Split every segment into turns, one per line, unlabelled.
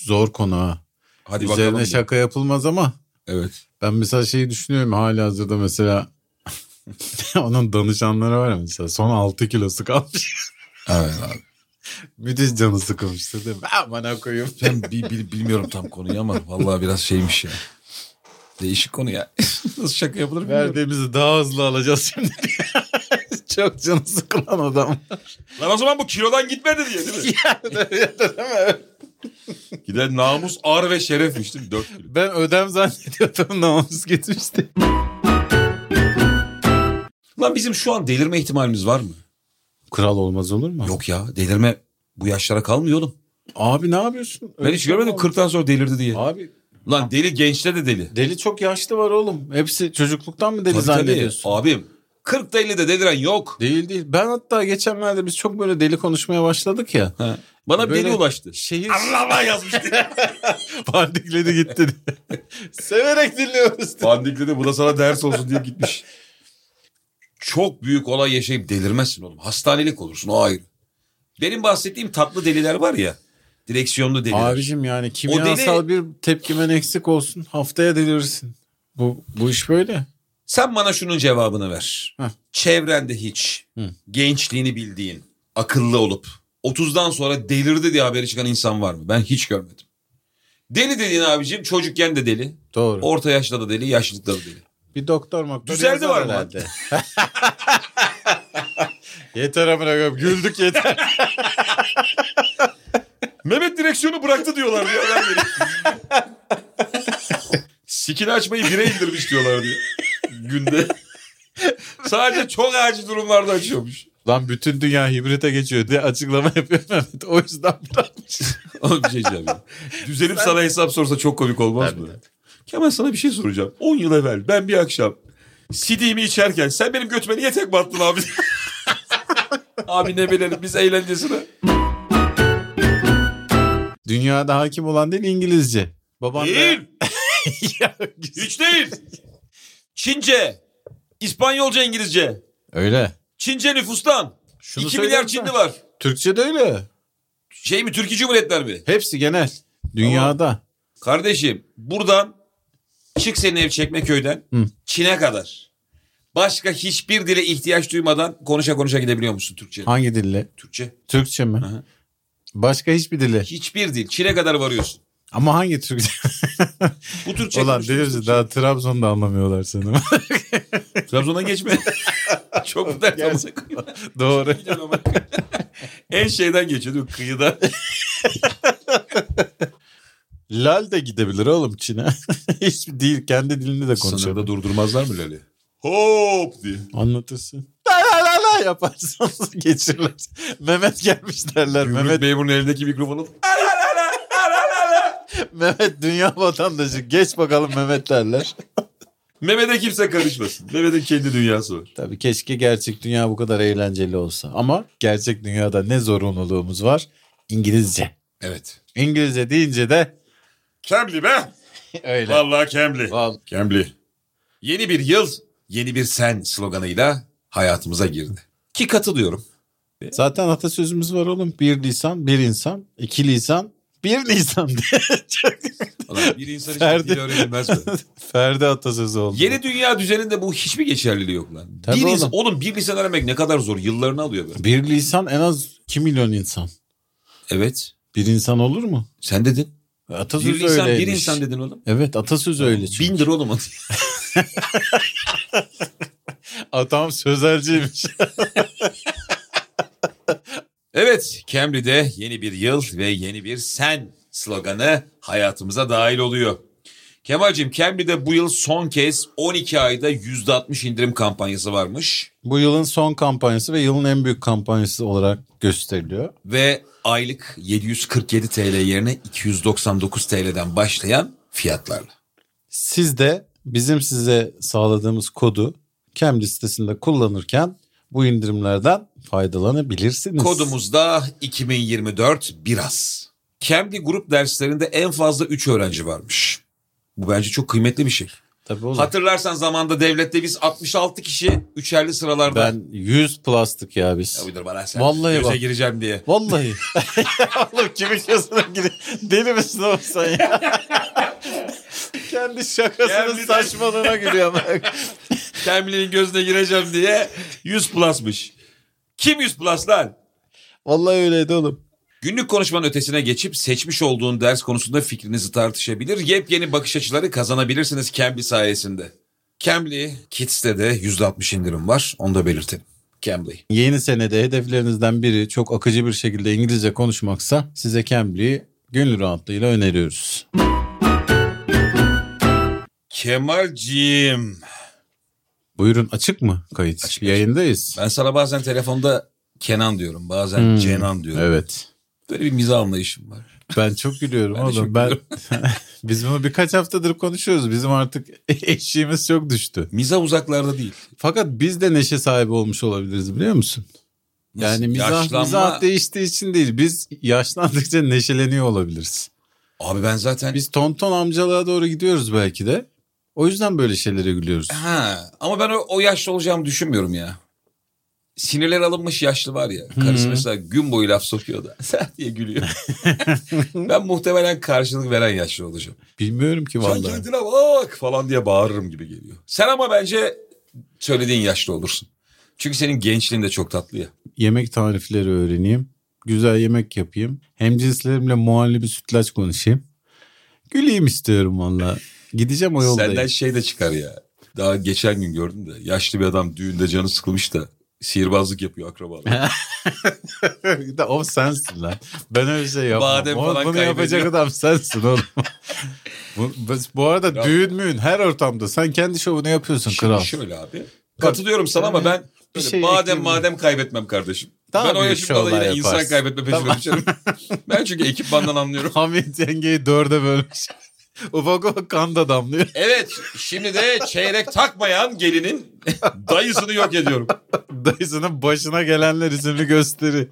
Zor konu ha.
Hadi
Üzerine
bakalım.
şaka yapılmaz ama
Evet.
ben mesela şeyi düşünüyorum hala hazırda mesela onun danışanları var ya mesela son 6 kilosu kalmış.
Evet abi.
Müthiş canı sıkılmıştır değil mi? Aman ha koyayım.
Ben bi- bil- bilmiyorum tam konuyu ama vallahi biraz şeymiş ya. Değişik konu ya. Nasıl şaka yapılır bilmiyorum.
Verdiğimizi daha hızlı alacağız şimdi. Çok canı sıkılan adam.
Lan o zaman bu kilodan gitmedi diye değil mi? Gider namus, ar ve şerefmiş değil mi? Dört kilo.
Ben ödem zannediyordum namus gitmişti.
Lan bizim şu an delirme ihtimalimiz var mı?
Kral olmaz olur mu?
Yok ya delirme bu yaşlara kalmıyor oğlum.
Abi ne yapıyorsun? şey
Ben hiç görmedim 40'tan sonra delirdi diye.
Abi
Lan deli gençte de deli.
deli çok yaşlı var oğlum. Hepsi çocukluktan mı deli
Tabii tabii
zannediyorsun?
abim. 40'ta 50'de deliren yok.
Değil değil. Ben hatta geçenlerde biz çok böyle deli konuşmaya başladık ya.
Ha. Bana bir
Böyle-
deli ulaştı.
Şehir
Allah'a yazmış diye.
pardikledi gitti diye. Severek dinliyoruz.
Bandikli de bu da sana ders olsun diye gitmiş.
Çok büyük olay yaşayıp delirmezsin oğlum. Hastanelik olursun o ayrı. Benim bahsettiğim tatlı deliler var ya. Direksiyonlu deliler.
Abicim yani kimyasal bir tepkimen eksik olsun. Haftaya delirirsin. Bu, bu iş böyle.
Sen bana şunun cevabını ver.
Heh.
Çevrende hiç
Hı.
gençliğini bildiğin, akıllı olup 30'dan sonra delirdi diye haberi çıkan insan var mı? Ben hiç görmedim. Deli dediğin abicim çocukken de deli,
Doğru.
orta yaşta da deli, yaşlılıkta da deli.
bir doktor maktor
Düzeldi
yazar
var mı?
herhalde. yeter amına koyayım. Güldük yeter.
Mehmet direksiyonu bıraktı diyorlar diyor. Haber verin. Sikini açmayı bire indirmiş diyorlar diyor. Günde.
Sadece çok acil durumlarda açıyormuş.
Lan bütün dünya hibrite geçiyor diye açıklama yapıyor Mehmet. O yüzden bırakmış.
Oğlum bir şey diyeceğim ya. Düzelip sana hesap sorsa çok komik olmaz
Tabii,
mı?
tabii.
Kemal sana bir şey soracağım. 10 yıl evvel ben bir akşam sidiğimi içerken sen benim götüme niye tek battın abi?
Abi ne bilelim biz eğlencesine.
Dünyada hakim olan dil İngilizce. Baban
Değil.
da...
Hiç değil. Çince, İspanyolca, İngilizce.
Öyle.
Çince nüfustan.
Şunu
2 milyar
söylersen-
Çinli var.
Türkçe de öyle.
Şey mi Türkiye Cumhuriyetler mi?
Hepsi genel. Dünyada.
Kardeşim buradan çık senin ev Çekmeköy'den
Hı.
Çin'e kadar. Başka hiçbir dile ihtiyaç duymadan konuşa konuşa gidebiliyor musun Türkçe?
Hangi dille?
Türkçe.
Türkçe mi?
Aha.
Başka hiçbir dili.
Hiçbir dil. Çin'e kadar varıyorsun.
Ama hangi Türkçe?
Bu Türkçe.
Ulan
konuşuyorsun.
delirci daha Trabzon'da anlamıyorlar seni.
Trabzon'dan geçme. Çok mu dert amına koyayım?
Doğru.
Biliyorum ama. en şeyden geçiyor değil mi? Kıyıda.
Lal de gidebilir oğlum Çin'e. Hiçbir değil. Kendi dilini de konuşuyor.
Sınırda durdurmazlar mı Lali? Hop diye.
Anlatırsın. La la la la yaparsanız geçirler. Mehmet gelmiş derler.
Mehmet
Mehmet,
memurun elindeki mikrofonu
Mehmet dünya vatandaşı. Geç bakalım Mehmet derler.
Mehmet'e kimse karışmasın. Mehmet'in kendi dünyası var.
Tabii keşke gerçek dünya bu kadar eğlenceli olsa. Ama gerçek dünyada ne zorunluluğumuz var? İngilizce.
Evet.
İngilizce deyince de
Kemli be.
öyle.
Vallahi Kemli.
Val-
Kemli.
Yeni bir yıl, yeni bir sen sloganıyla hayatımıza girdi. Ki katılıyorum.
Zaten atasözümüz var oğlum. Bir lisan, bir insan. iki lisan, bir lisan diye.
Ulan bir insan
Ferdi.
hiç dil öğrenilmez mi?
Ferdi atasözü oldu.
Yeni dünya düzeninde bu hiçbir geçerliliği yok lan.
Tabii
bir
oğlum.
insan, oğlum bir lisan öğrenmek ne kadar zor. Yıllarını alıyor be.
Bir lisan en az 2 milyon insan.
Evet.
Bir insan olur mu?
Sen dedin.
Atasözü
Bir lisan bir
öyleymiş.
insan dedin oğlum.
Evet atasözü öyle. Çünkü.
Bindir oğlum. onu.
Atam sözelciymiş.
evet. Cambly'de yeni bir yıl ve yeni bir sen sloganı hayatımıza dahil oluyor. Kemal'cim Cambly'de bu yıl son kez 12 ayda %60 indirim kampanyası varmış.
Bu yılın son kampanyası ve yılın en büyük kampanyası olarak gösteriliyor.
ve aylık 747 TL yerine 299 TL'den başlayan fiyatlarla.
Siz de bizim size sağladığımız kodu Cambly sitesinde kullanırken bu indirimlerden faydalanabilirsiniz.
Kodumuz da 2024 biraz. Cambly grup derslerinde en fazla 3 öğrenci varmış. Bu bence çok kıymetli bir şey.
Tabii oğlum.
Hatırlarsan zamanda devlette biz 66 kişi üçerli sıralarda.
ben 100 plastik ya
Ya
biz.
uydur bana sen.
Vallahi
Göze
bak.
gireceğim diye.
Vallahi. oğlum kimin şakasına gidiyor? Deli misin oğlum sen ya? Kendi şakasının
Kendi-
saçmalığına gülüyor. bak.
Terminalin gözüne gireceğim diye 100 plusmış. Kim 100 plus lan?
Vallahi öyleydi oğlum.
Günlük konuşmanın ötesine geçip seçmiş olduğun ders konusunda fikrinizi tartışabilir, yepyeni bakış açıları kazanabilirsiniz Cambly sayesinde. Cambly Kids'te de %60 indirim var, onu da belirtelim. Cambly.
Yeni senede hedeflerinizden biri çok akıcı bir şekilde İngilizce konuşmaksa size Cambly'i gönül rahatlığıyla öneriyoruz.
Kemal'ciğim.
Buyurun açık mı kayıt? Yayındayız.
Ben sana bazen telefonda Kenan diyorum, bazen Cenan diyorum.
Hmm. Evet.
Böyle bir mizah anlayışım var.
Ben çok gülüyorum
Ben de
oğlum.
çok
ben biz bunu birkaç haftadır konuşuyoruz. Bizim artık eşiğimiz çok düştü.
Mizah uzaklarda değil.
Fakat biz de neşe sahibi olmuş olabiliriz biliyor musun?
Nasıl?
Yani mizah,
Yaşlanma-
mizah değiştiği için değil. Biz yaşlandıkça neşeleniyor olabiliriz.
Abi ben zaten...
Biz tonton amcalığa doğru gidiyoruz belki de. O yüzden böyle şeylere gülüyoruz.
Ha, ama ben o, o yaşlı olacağımı düşünmüyorum ya. Sinirler alınmış yaşlı var ya. Karısı mesela gün boyu laf sokuyor da. Sen diye gülüyor. ben muhtemelen karşılık veren yaşlı olacağım.
Bilmiyorum ki
Sen
vallahi.
kendine bak falan diye bağırırım gibi geliyor. Sen ama bence söylediğin yaşlı olursun. Çünkü senin gençliğin de çok tatlı ya.
Yemek tarifleri öğreneyim. Güzel yemek yapayım. Hem cinslerimle muhallebi sütlaç konuşayım. Güleyim istiyorum valla. Gideceğim o yoldayım.
Senden şey de çıkar ya. Daha geçen gün gördüm de yaşlı bir adam düğünde canı sıkılmış da sihirbazlık yapıyor akrabalar.
Bir de o sensin lan. Ben öyle şey yapmam.
Badem
O-
falan
Bunu yapacak
kaybediyor.
adam sensin oğlum. bu, bu- bu arada
Bravo.
düğün müğün her ortamda sen kendi şovunu yapıyorsun kral.
Şimdi şöyle abi. Katılıyorum sana ama ben böyle
şey
badem
ekleyeyim.
madem kaybetmem kardeşim.
Daha
ben o
büyük
yaşımda da yine
şovlar
insan
yaparsın.
kaybetme peşine düşerim. ben çünkü ekipmandan anlıyorum.
Hamit yengeyi dörde bölmüş. ufak ufak kan da damlıyor.
Evet şimdi de çeyrek takmayan gelinin dayısını yok ediyorum.
Dayısının başına gelenler isimli gösteri.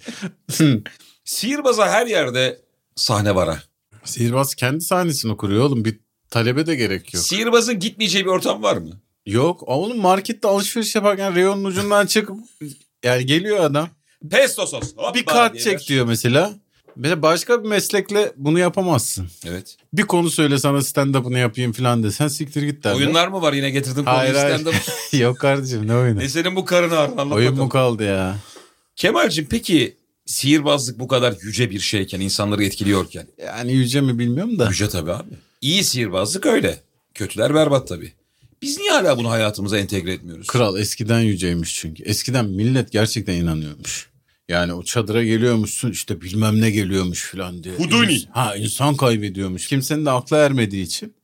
Sihirbaza her yerde sahne var ha.
Sihirbaz kendi sahnesini kuruyor oğlum. Bir talebe de gerek yok.
Sihirbazın gitmeyeceği bir ortam var mı?
Yok oğlum markette alışveriş yaparken reyonun ucundan çıkıp yani geliyor adam.
Pesto sos. hoppa
Bir kart
diye ver.
çek diyor mesela. Mesela başka bir meslekle bunu yapamazsın.
Evet.
bir konu söyle sana stand-up'ını yapayım falan desen siktir git derler.
Oyunlar mı var yine getirdim konuyu
Hayır, hayır.
stand-up.
Yok kardeşim ne oyunu?
Ne senin bu karın ağrı anlat
Oyun
bakalım.
mu kaldı ya?
Kemal'cim peki sihirbazlık bu kadar yüce bir şeyken insanları etkiliyorken
Yani yüce mi bilmiyorum da.
Yüce tabii abi. İyi sihirbazlık öyle. Kötüler berbat tabii. Biz niye hala bunu hayatımıza entegre etmiyoruz?
Kral eskiden yüceymiş çünkü. Eskiden millet gerçekten inanıyormuş. Yani o çadıra geliyormuşsun işte bilmem ne geliyormuş falan diye.
Huduni.
Ha insan kaybediyormuş. Kimsenin de akla ermediği için.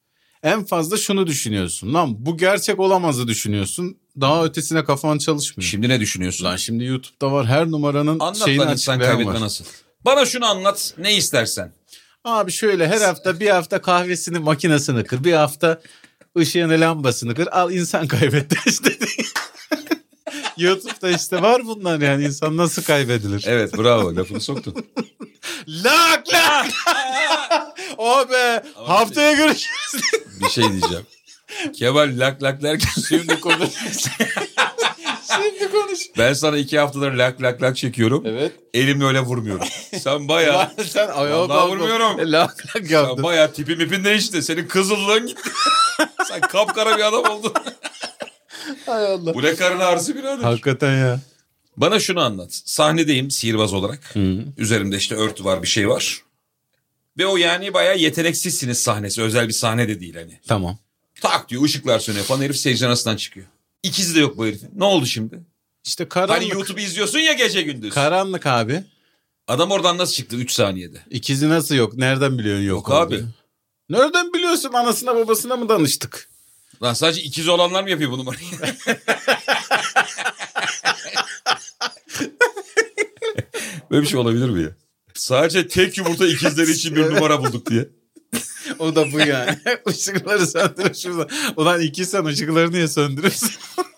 En fazla şunu düşünüyorsun. Lan bu gerçek olamazı düşünüyorsun. Daha ötesine kafan çalışmıyor.
Şimdi ne düşünüyorsun?
Lan şimdi YouTube'da var her numaranın
Anlat
şeyini
lan insan
açıklayan
kaybetme
var.
nasıl? Bana şunu anlat ne istersen.
Abi şöyle her hafta bir hafta kahvesini makinesini kır. Bir hafta ışığını lambasını kır. Al insan kaybetti işte. YouTube'da işte var bunlar yani insan nasıl kaybedilir?
Evet bravo lafını soktun.
Lak lak! o be
Ama
haftaya görüşürüz.
Bir şey diyeceğim. Kemal lak lak derken şimdi konu.
Şimdi konuş.
Ben sana iki haftadır lak lak lak çekiyorum.
Evet.
Elimle öyle vurmuyorum. Sen bayağı
Sen ayağa
Vallahi
kalkma.
vurmuyorum.
E, Lak lak
sen
yaptın.
bayağı tipim ipin değişti. Senin kızıllığın gitti. sen kapkara bir adam oldun.
Hay Allah.
Bu ne karın ağrısı birader.
Hakikaten ya.
Bana şunu anlat. Sahnedeyim sihirbaz olarak. Üzerimde işte örtü var bir şey var. Ve o yani bayağı yeteneksizsiniz sahnesi. Özel bir sahne de değil hani.
Tamam.
Tak diyor ışıklar sönüyor falan herif seyircinin arasından çıkıyor. İkizi de yok bu herifin. Ne oldu şimdi?
İşte
Hani
karanlık.
YouTube izliyorsun ya gece gündüz.
Karanlık abi.
Adam oradan nasıl çıktı 3 saniyede?
İkizi nasıl yok? Nereden biliyorsun yok,
Yok abi.
olduğunu? Nereden biliyorsun anasına babasına mı danıştık?
Lan sadece ikiz olanlar mı yapıyor bu numarayı? Böyle bir şey olabilir mi ya? Sadece tek yumurta ikizleri için bir numara bulduk diye.
O da bu yani. Işıkları söndürüp şurada. Ulan iki sen ışıkları niye söndürürsün?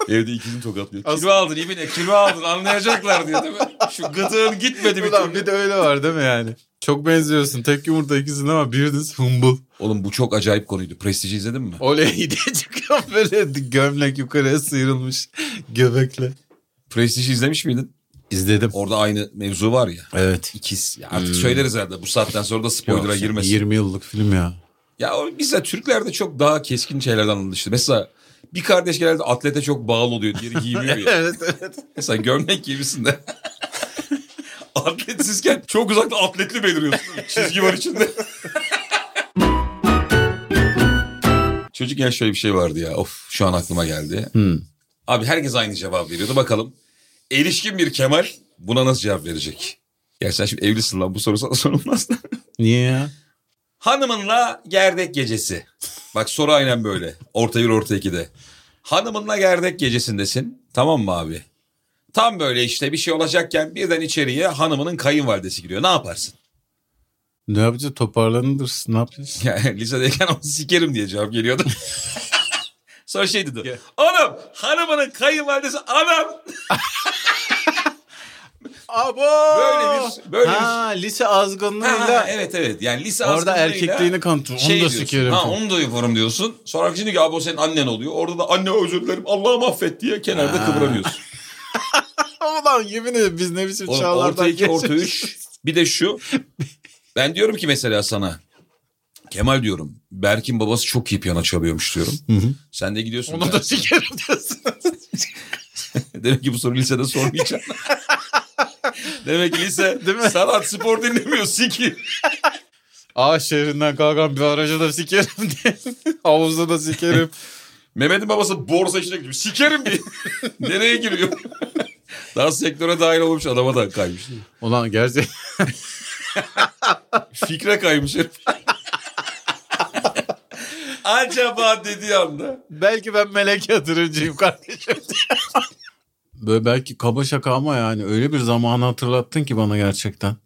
Evde ikisini tokatlıyor.
Kilo aldın ibine kilo aldın anlayacaklar diyor değil mi? Şu gıdığın gitmedi bir
Ulan
türlü.
bir de öyle var değil mi yani? Çok benziyorsun. Tek yumurta ikizin ama biriniz humbul.
Oğlum bu çok acayip konuydu. Prestij'i izledin mi?
Oley diye çıkıyor böyle gömlek yukarıya sıyrılmış göbekle.
Prestij'i izlemiş miydin?
İzledim.
Orada aynı mevzu var ya.
Evet.
İkiz. Ya artık söyleriz herhalde bu saatten sonra da spoiler'a girmesin.
20 yıllık film ya.
Ya o- biz de Türklerde çok daha keskin şeylerden anlaşılır. Mesela bir kardeş genelde atlete çok bağlı oluyor. Diğeri giymiyor ya.
Evet evet.
Mesela gömlek giymişsin de. Atletsizken çok uzakta atletli beliriyorsun. Çizgi var içinde. Çocukken şöyle bir şey vardı ya. Of şu an aklıma geldi.
Hmm.
Abi herkes aynı cevap veriyordu. Bakalım erişkin bir Kemal buna nasıl cevap verecek? Gerçi sen şimdi evlisin lan bu soru sana sorulmaz da.
Niye ya?
Hanımınla gerdek gecesi. Bak soru aynen böyle. Orta bir orta ikide. Hanımınla gerdek gecesindesin. Tamam mı abi? Tam böyle işte bir şey olacakken birden içeriye hanımının kayınvalidesi giriyor. Ne yaparsın?
Ne yapacaksın? Toparlanırsın. Ne yapacaksın?
Yani lisedeyken onu sikerim diye cevap geliyordu. Sonra şey dedi. Oğlum hanımının kayınvalidesi anam.
Abo!
Böyle bir böyle
Ha lise
bir Ha,
azgınlığıyla
evet evet yani lise
orada
azgınlığıyla-
erkekliğini kanıtlı.
şey
onu da
diyorsun.
sikerim.
Ha
falan.
onu da yaparım diyorsun. Sonra şimdi abi o senin annen oluyor. Orada da anne özür dilerim Allah'ım affet diye kenarda
Ha.
kıvranıyorsun.
Ulan yemin ederim biz ne biçim
Oğlum,
çağlardan
orta iki orta
geçiyoruz.
üç. Bir de şu. Ben diyorum ki mesela sana. Kemal diyorum. Berk'in babası çok iyi piyano çalıyormuş diyorum.
hı.
Sen de gidiyorsun.
Onu da sikerim diyorsun.
Demek ki bu soru lisede sormayacağım. Demek ki lise
Değil mi?
sanat spor dinlemiyor siki.
A şehrinden kalkan bir araca da sikerim diye. Havuzda da sikerim.
Mehmet'in babası borsa işine gidiyor. Sikerim diye. Nereye giriyor? Daha sektöre dahil olmuş adama da kaymış.
Ulan gerçek.
Fikre kaymış herif. Acaba dediği anda.
belki ben melek yatırımcıyım kardeşim Böyle belki kaba şaka ama yani öyle bir zamanı hatırlattın ki bana gerçekten.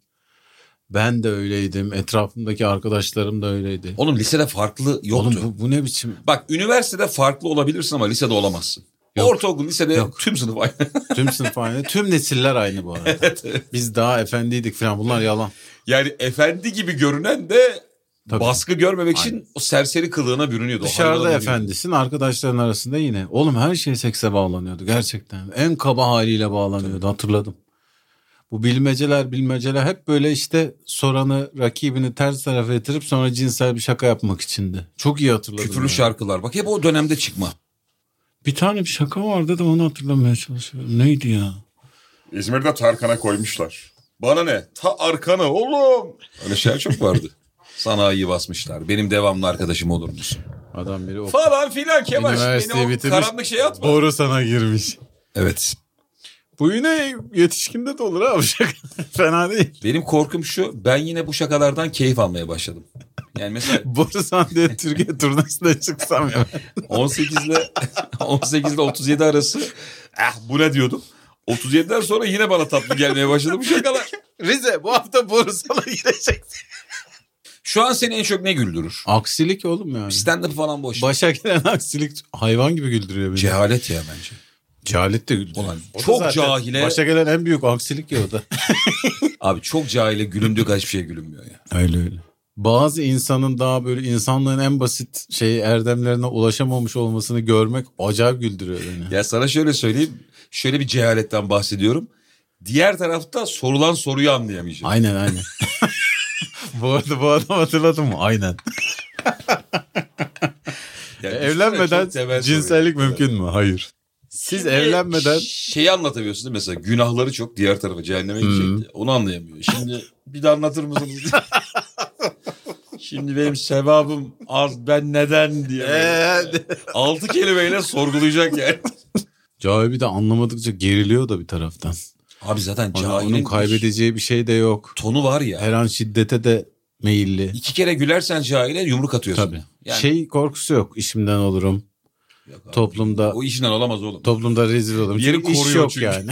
Ben de öyleydim. Etrafımdaki arkadaşlarım da öyleydi.
Oğlum lisede farklı yoktu.
Oğlum bu, bu ne biçim?
Bak üniversitede farklı olabilirsin ama lisede olamazsın.
Yok.
Ortaokul, lisede
Yok.
tüm sınıf aynı.
Tüm sınıf aynı. Tüm nesiller aynı bu arada. Biz daha efendiydik falan. Bunlar yalan.
yani efendi gibi görünen de
Tabii.
baskı görmemek için o serseri kılığına bürünüyordu. O
Dışarıda
hayvana
efendisin. Arkadaşların arasında yine. Oğlum her şey sekse bağlanıyordu gerçekten. En kaba haliyle bağlanıyordu hatırladım. Bu bilmeceler bilmeceler hep böyle işte soranı rakibini ters tarafa getirip sonra cinsel bir şaka yapmak içindi. Çok iyi hatırladım.
bürünüyordu. Küfürlü
ya.
şarkılar. Bak hep o dönemde çıkma.
Bir tane bir şaka vardı da onu hatırlamaya çalışıyorum. Neydi ya?
İzmir'de Tarkan'a koymuşlar. Bana ne? Ta Arkana oğlum.
Öyle şeyler çok vardı. Sanayiyi basmışlar. Benim devamlı arkadaşım olur musun?
Adam biri o
Falan filan Kemal. Şimdi
Üniversiteyi
beni o
bitirmiş.
karanlık şeye atma.
boru sana girmiş.
Evet.
Bu yine yetişkinde de olur abi şaka. Fena değil.
Benim korkum şu ben yine bu şakalardan keyif almaya başladım. Yani mesela
Boru sana diye Türkiye turnasına çıksam ya.
18 ile 18 ile 37 arası ah bu ne diyordum. 37'den sonra yine bana tatlı gelmeye başladı bu şakalar.
Rize bu hafta boru sana girecek.
Şu an seni en çok ne güldürür?
Aksilik oğlum yani.
Stand up falan boş.
Başa gelen aksilik hayvan gibi güldürüyor beni.
Cehalet ya bence.
Cehalet de güldürüyor.
Ulan
O da
çok
zaten
cahile.
Başa gelen en büyük aksilik ya o da.
Abi çok cahile gülündüğü kadar hiçbir şey gülünmüyor ya.
öyle öyle. Bazı insanın daha böyle insanlığın en basit şeyi erdemlerine ulaşamamış olmasını görmek acayip güldürüyor beni.
Ya sana şöyle söyleyeyim. Şöyle bir cehaletten bahsediyorum. Diğer tarafta sorulan soruyu anlayamayacak.
Aynen aynen. bu arada bu adamı hatırladın mı? Aynen.
Yani çok
evlenmeden
temel
cinsellik
soru.
mümkün mü? Hayır. Siz evlenmeden
şeyi anlatamıyorsun değil mi? mesela günahları çok diğer tarafa cehenneme gidecekti. Onu anlayamıyor. Şimdi bir de anlatır mısınız? Şimdi benim sevabım az ben neden diye.
Ee.
böyle. Altı kelimeyle sorgulayacak yani.
Cahibi de anlamadıkça geriliyor da bir taraftan.
Abi zaten
Onun-
cahilin
Onun kaybedeceği bir şey de yok.
tonu var ya.
Her an şiddete de meyilli.
İki kere gülersen cahile yumruk atıyorsun.
Tabii.
Yani-
Şey korkusu yok. İşimden olurum.
Yok abi.
Toplumda
O işinden olamaz oğlum.
toplumda rezil olurum.
Bir yeri
Çünkü iş
koruyor
yok
çünkü.
yani.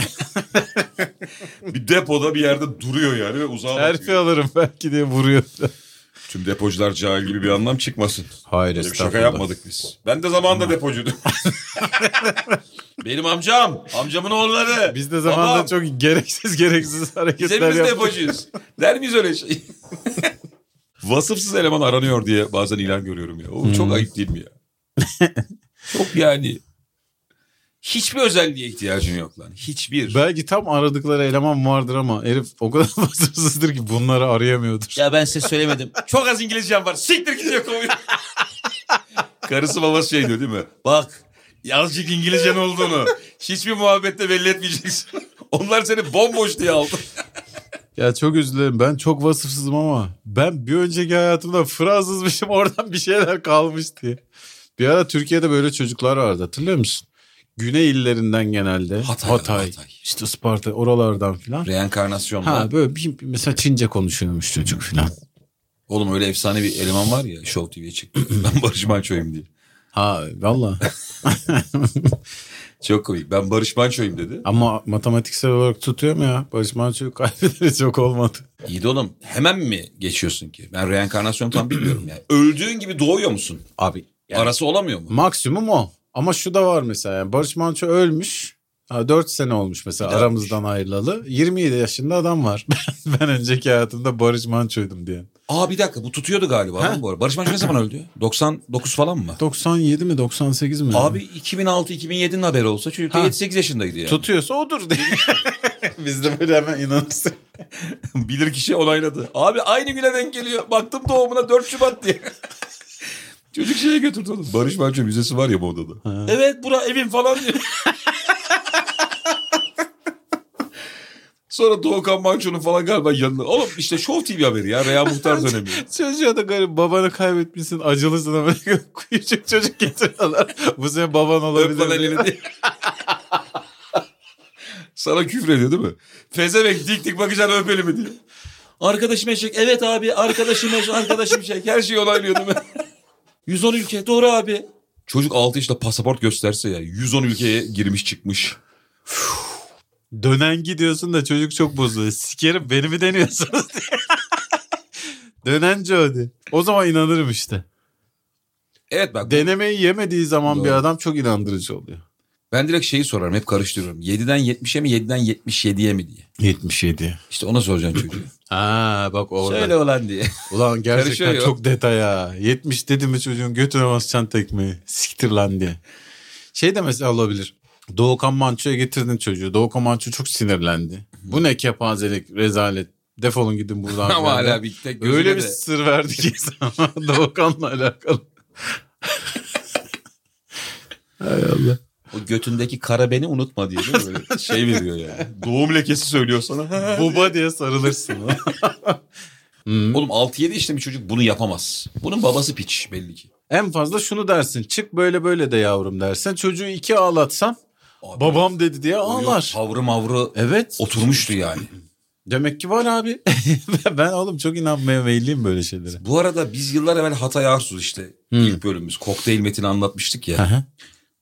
Bir depoda bir yerde duruyor yani ve uzağa bakıyor.
Terfi alırım belki diye vuruyor.
Tüm depocular cahil gibi bir anlam çıkmasın.
Hayır
Böyle bir
estağfurullah.
şaka yapmadık biz. Ben de zamanında depocuydum.
Benim amcam, amcamın oğulları.
Biz de zamanında
Babam.
çok gereksiz gereksiz
Biz
hareketler
hepimiz
yaptık.
depocuyuz. Der miyiz öyle şey?
Vasıfsız eleman aranıyor diye bazen ilan görüyorum ya. O
Hmm.
çok ayıp değil mi ya? çok yani.
Hiçbir özelliğe ihtiyacın yok.
Yok lan hiçbir.
Belki tam aradıkları eleman vardır ama herif o kadar vasıfsızdır ki bunları arayamıyordur.
Ya ben size söylemedim. Çok az İngilizcem var. Siktir git yok kovuyor.
Karısı babası şey diyor değil mi?
Bak.
Azıcık İngilizcen olduğunu hiçbir muhabbette belli etmeyeceksin. Onlar seni bomboş diye aldı.
Ya çok üzülürüm ben çok vasıfsızım ama ben bir önceki hayatımda Fransızmışım oradan bir şeyler kalmış diye. Bir ara Türkiye'de böyle çocuklar vardı hatırlıyor musun? Güney illerinden genelde.
Hatay,
Hatay,
Hatay.
işte Isparta oralardan filan.
Reenkarnasyon var.
Ha böyle bir, mesela Çince konuşuyormuş çocuk filan.
Oğlum öyle efsane bir eleman var ya. Show TV'ye çıktı.
Ben Barış Manço'yum diye.
Ha valla
Çok komik. Ben Barış Manço'yum dedi.
ama matematiksel olarak tutuyor mu ya? Barış Manço'yu kaybederi çok olmadı.
İyi de oğlum hemen mi geçiyorsun ki? Ben reenkarnasyon tam bilmiyorum yani. Öldüğün gibi doğuyor musun?
Abi
Arası olamıyor mu?
Maksimum o. Ama şu da var mesela. yani Barış Manço ölmüş. 4 sene olmuş mesela
Bir daha
aramızdan ayrılalı. 27 yaşında adam var. Ben, ben önceki hayatımda Barış Manço'ydum diyen.
Aa bir dakika bu tutuyordu galiba lan bu arada. Barış Manço ne zaman öldü? 99 falan mı?
97 mi 98 mi?
Abi 2006-2007'nin haberi olsa çocuk da
Ha.
7-8 yaşındaydı yani.
tutuyorsa odur diye. Biz de böyle hemen inanırız.
Bilir kişi onayladı. Abi aynı güne denk geliyor. Baktım doğumuna 4 Şubat diye. Çocuk şeye götürdü oğlum. Barış Manço müzesi var ya bu odada.
Evet bura evim falan diyor.
Sonra Doğukan Manço'nun falan galiba yanına. Oğlum işte Show TV haberi ya. Veya Muhtar dönemi.
Çocuğa da garip babanı kaybetmişsin acılısın ama küçük çocuk getiriyorlar. Bu senin baban
Öp lan
olabilir. diye.
elini diye. Sana küfür ediyor değil mi? Fezevek dik dik bakacaksın öp elimi diye.
Arkadaşım eşek. Evet abi arkadaşım eşek. Arkadaşım eşek.
Her şeyi onaylıyor değil mi?
110 ülke doğru abi.
Çocuk 6 yaşında pasaport gösterse ya 110 ülkeye girmiş çıkmış.
Dönen gidiyorsun da çocuk çok bozuluyor. Sikerim beni mi deniyorsunuz diye. Dönen Jody. O zaman inanırım işte.
Evet bak
Denemeyi yemediği zaman
Doğru.
bir adam çok inandırıcı oluyor.
ben direkt şeyi sorarım hep karıştırıyorum. 7'den 70'e mi 7'den 77'ye mi diye.
77.
İşte ona soracaksın çocuğu.
Ha bak orada.
Söyle ulan diye.
Ulan
Karışıyor
gerçekten
ya.
çok detay ha. 70 dedi mi çocuğun götüne basacaksın tekmeyi. Siktir lan diye. Şey de mesela olabilir. Doğukan Manço'ya getirdin çocuğu. Doğukan Manço çok sinirlendi. Bu ne kepazelik, rezalet. Defolun gidin buradan.
Ama
falan.
hala bir tek gözüne
Öyle
Öyle
bir
de.
sır verdi ki sana Doğukan'la alakalı. Hay Allah.
O götündeki kara beni unutma diye değil mi? Böyle şey veriyor yani.
Doğum lekesi söylüyor sana.
Buba diye sarılırsın.
Oğlum 6-7 işte bir çocuk bunu yapamaz. Bunun babası piç belli ki.
en fazla şunu dersin. Çık böyle böyle de yavrum dersen. Çocuğu iki ağlatsan
Abi,
babam dedi diye ağlar.
Tavrı mavrı
Evet.
oturmuştu yani.
Demek ki var abi. ben oğlum çok inanmaya meyilliyim böyle şeylere.
Bu arada biz yıllar evvel Hatay Arsuz işte
Hmm.
ilk bölümümüz. Kokteyl Metin'i anlatmıştık ya.
Aha.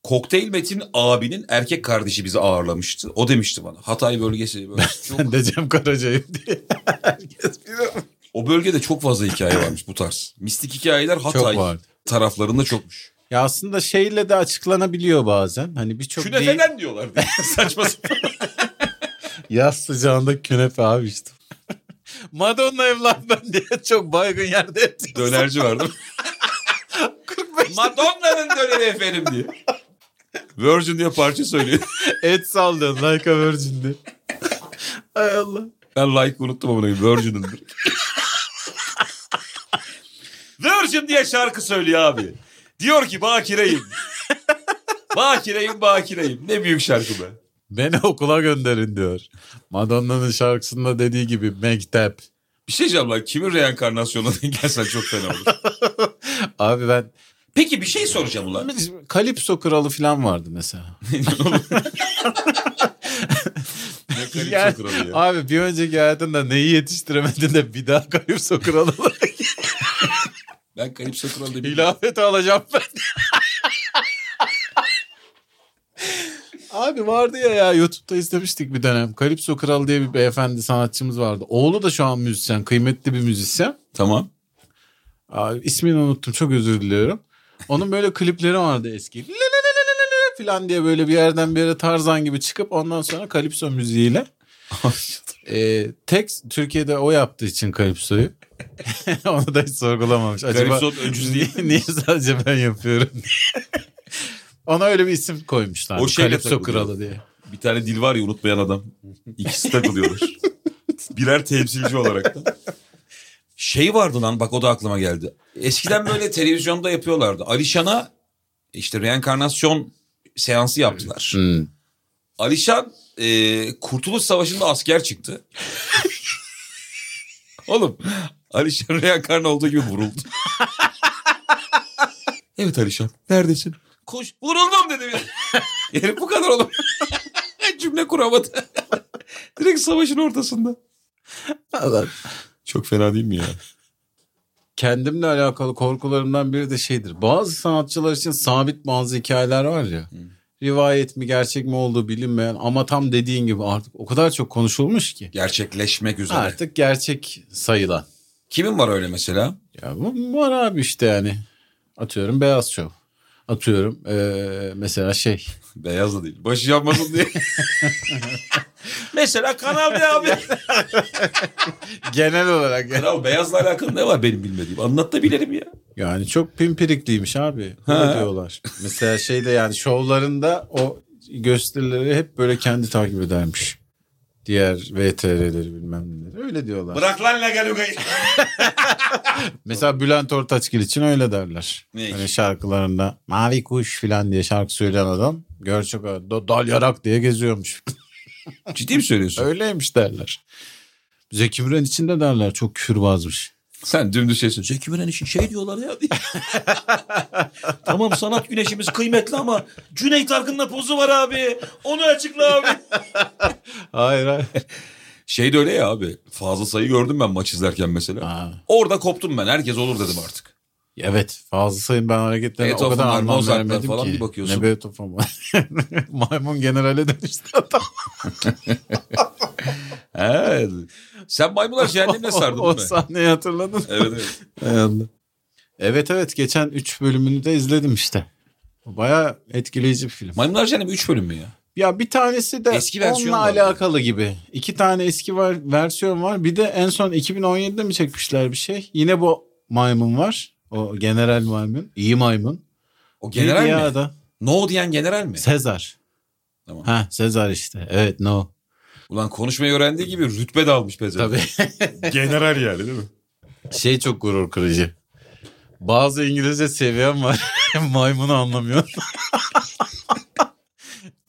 Kokteyl Metin abinin erkek kardeşi bizi ağırlamıştı. O demişti bana. Hatay bölgesi böyle çok
Ben de Cem Karaca'yım diye. Herkes biliyor.
O bölgede çok fazla hikaye varmış bu tarz. Mistik hikayeler Hatay
Çok var.
taraflarında çokmuş.
Ya aslında şeyle de açıklanabiliyor bazen. Hani birçok değil.
Künefeden diyorlar. Saçma sapan.
Yaz sıcağında künefe abi işte. Madonna evlen ben diye çok baygın yerde yatıyor.
Dönerci vardı.
Madonna'nın dönemi efendim diye.
Virgin diye parça söylüyor.
Et sallıyorsun like a virgin diye. Ay Allah.
Ben like unuttum ama Virgin'ındır. Virgin diye şarkı söylüyor abi. Diyor ki bakireyim. bakireyim bakireyim. Ne büyük şarkı be.
Beni okula gönderin diyor. Madonna'nın şarkısında dediği gibi mektep.
Bir şey diyeceğim lan kimin reenkarnasyonuna denk gelsen çok fena olur.
Abi ben
Peki bir şey soracağım ulan.
Kalipso kralı falan vardı mesela.
Ne garip
Yani-
kralı ya.
Abi bir önceki hayatında neyi yetiştiremedin de bir daha Kalipso kralı olarak
Ben Kalipso Kral'da bir...
hilafeti alacağım ben. Abi vardı ya ya YouTube'da izlemiştik bir dönem. Kalipso Kral diye bir beyefendi sanatçımız vardı. Oğlu da şu an müzisyen, kıymetli bir müzisyen.
Tamam.
Aa, ismini unuttum çok özür diliyorum. Onun böyle klipleri vardı eski. Lelelelelelele Falan diye böyle bir yerden bir yere Tarzan gibi çıkıp ondan sonra Kalipso müziğiyle. Ee, tek Türkiye'de o yaptığı için Kalipso'yu. Onu da hiç sorgulamamış. Acaba
Garipsot öncüsü
niye,
değil.
niye sadece ben yapıyorum diye. Ona öyle bir isim koymuşlar.
O şeyle
Kalipso
takılıyor.
Kralı diye.
Bir tane dil var ya unutmayan adam. İkisi takılıyorlar. Birer temsilci olarak. da.
Şey vardı lan bak o da aklıma geldi. Eskiden böyle televizyonda yapıyorlardı. Alişan'a işte reenkarnasyon seansı yaptılar.
Hmm.
Alişan e, Kurtuluş Savaşı'nda asker çıktı. Oğlum Alişan reenkarnı olduğu gibi vuruldu. evet Alişan neredesin? Koş vuruldum dedi. Herif bu kadar oğlum. Cümle kuramadı. Direkt savaşın ortasında.
Allah
Çok fena değil mi ya?
kendimle alakalı korkularımdan biri de şeydir. Bazı sanatçılar için sabit bazı hikayeler var ya. Rivayet mi gerçek mi olduğu bilinmeyen ama tam dediğin gibi artık o kadar çok konuşulmuş ki.
Gerçekleşmek üzere.
Artık gerçek sayılan.
Kimin var öyle mesela?
Ya bu var abi işte yani. Atıyorum Beyaz Şov. Atıyorum eee, mesela şey.
Beyaz da değil. Başı yanmasın diye.
Mesela Kanal D abi.
Genel olarak yani.
Kanal Beyaz'la alakalı ne var benim bilmediğim? Anlat da bilelim ya.
Yani çok pimpirikliymiş abi. Öyle diyorlar. Mesela şeyde yani şovlarında o gösterileri hep böyle kendi takip edermiş. Diğer VTR'leri bilmem neleri. Öyle diyorlar.
Bırak lan Lagaluga'yı.
Mesela Bülent Ortaçgil için öyle derler.
Ne?
Hani şarkılarında mavi kuş falan diye şarkı söyleyen adam gerçek hayatta dal yarak diye geziyormuş.
Ciddi mi söylüyorsun?
Öyleymiş derler. Zeki Müren için de derler çok küfürbazmış.
Sen dümdüz şeysin.
Zeki Müren için şey diyorlar ya. tamam sanat güneşimiz kıymetli ama Cüneyt Arkın'la pozu var abi. Onu açıkla abi.
Hayır hayır.
Şey de öyle ya abi. Fazla sayı gördüm ben maç izlerken mesela.
Aa,
Orada koptum ben. Herkes olur dedim artık.
evet fazla sayın ben hareketlerine o
Beethoven
kadar
var,
anlam
Mozart'lar
veremedim
falan
ki.
bir bakıyorsun.
Ne Beethoven var. Maymun generale dönüştü adam.
Evet.
Sen maymunlar cehennemine sardın
o, o
mı?
sahneyi hatırladın. mı?
Evet evet.
Evet evet geçen 3 bölümünü de izledim işte. Baya etkileyici bir film.
Maymunlar cehennemi 3 bölüm mü ya?
Ya bir tanesi de
Eski versiyon
onunla
var bir de.
alakalı gibi. İki tane eski var, versiyon var. Bir de en son 2017'de mi çekmişler bir şey? Yine bu maymun var. O general maymun. İyi maymun.
O general
Neydi ya
mi?
adı?
No diyen general mi?
Sezar.
Tamam.
Ha Sezar işte. Evet no.
Ulan konuşmayı öğrendiği gibi rütbe de almış pezevenk.
Tabii.
General yani değil mi?
şey çok gurur kırıcı. Bazı İngilizce seviyem var. Maymunu anlamıyor.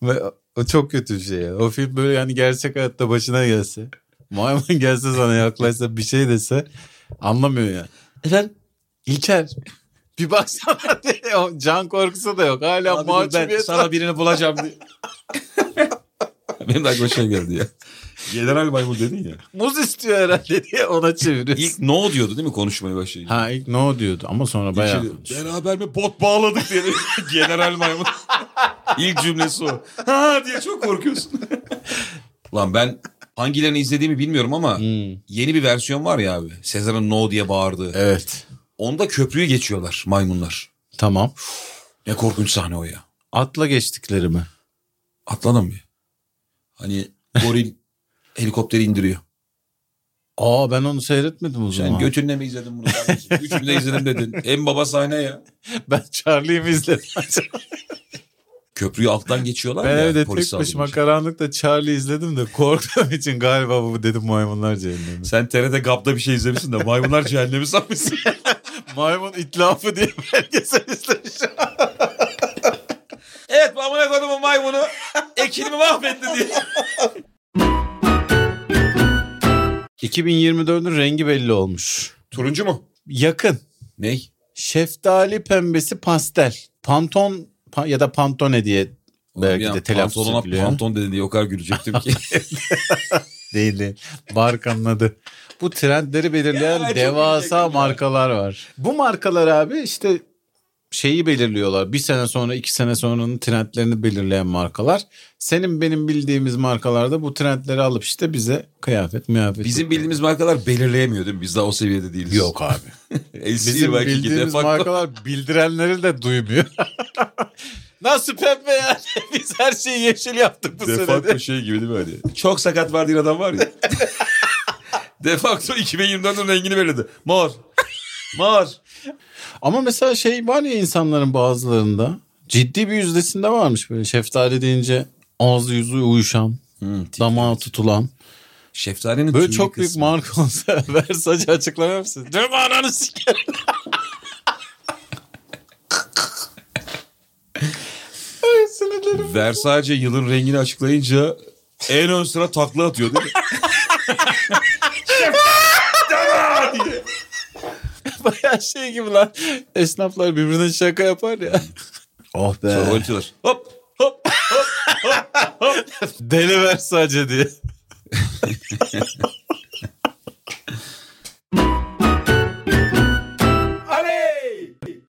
Ve o çok kötü bir şey. ya. O film böyle yani gerçek hayatta başına gelse. Maymun gelse sana yaklaşsa bir şey dese anlamıyor yani. Efendim? İlker. Bir baksana diye. O can korkusu da yok. Hala
Abi dur, ben
mahcubiyet var.
sana birini bulacağım diye. Benim de aklıma şey geldi ya.
General maymun dedin ya.
Muz istiyor herhalde diye ona çeviriyorsun.
İlk no diyordu değil mi konuşmaya başlayınca?
Ha ilk no diyordu ama sonra bayağı.
Şimdi beraber mi bot bağladık diye. General maymun. İlk cümlesi o. Ha diye çok korkuyorsun.
Ulan ben hangilerini izlediğimi bilmiyorum ama
Hmm,
yeni bir versiyon var ya abi. Sezar'ın no diye bağırdığı.
evet.
Onda köprüyü geçiyorlar maymunlar.
Tamam.
Ne korkunç sahne o ya.
Atla geçtikleri mi?
Atladım bir. Hani goril helikopteri indiriyor.
Aa ben onu seyretmedim o
Sen
zaman.
götünle mi izledin bunu kardeşim? Üçünü de izledim dedin. En baba sahne ya.
ben Charlie'yi mi izledim?
Köprüyü alttan geçiyorlar
ben
ya.
evde
polis
tek başıma
saldırmış.
karanlıkta Charlie izledim de korktuğum için galiba bu dedim maymunlar cehennemi.
Sen TRT GAB'da bir şey izlemişsin de maymunlar cehennemi sanmışsın.
Maymun itlafı diye belgesel izlemişim.
Evet bu amına kodumun maymunu ekinimi mahvetti diye.
2024'ün rengi belli olmuş.
Turuncu mu?
Yakın.
Ney?
Şeftali pembesi pastel. Panton pa- ya da pantone diye
Bir
belki
an
de telaffuz
pantolona
ediliyor.
Pantolon dedin diye o kadar gülecektim ki.
değil değil. Barkan'ın adı. Bu trendleri belirleyen
Ya, çok
devasa
gülecektim ya.
markalar var. Bu markalar abi işte şeyi belirliyorlar. Bir sene sonra iki sene sonranın trendlerini belirleyen markalar. Senin benim bildiğimiz markalarda bu trendleri alıp işte bize kıyafet müyafet.
Bizim bildiğimiz markalar belirleyemiyor değil mi? Biz daha o seviyede değiliz.
Yok abi.
Bizim
Bizim bildiğimiz markalar bildirenleri de duymuyor. Nasıl pembe yani? Biz her şeyi yeşil yaptık bu sene.
Defakto şey gibi değil mi hani?
Çok sakat var diyen adam var ya. De facto 2024'ün rengini belirledi. Mor. Mor.
Ama mesela şey var ya insanların bazılarında ciddi bir yüzdesinde varmış böyle şeftali deyince ağzı yüzü uyuşan,
Hmm,
damağı tutulan.
Şeftalinin
Böyle
tüylü
çok büyük
kısmı.
marka olsa Versace açıklamıyor musun? Dur be ananı sikerim. Ay, sinirlerim.
Versace yılın rengini açıklayınca en ön sıra takla atıyor değil mi?
Bayağı şey gibi lan. Esnaflar birbirine şaka yapar ya. Oh be.
Sonra unutuyorlar. Hop hop.
Deli Versace diye.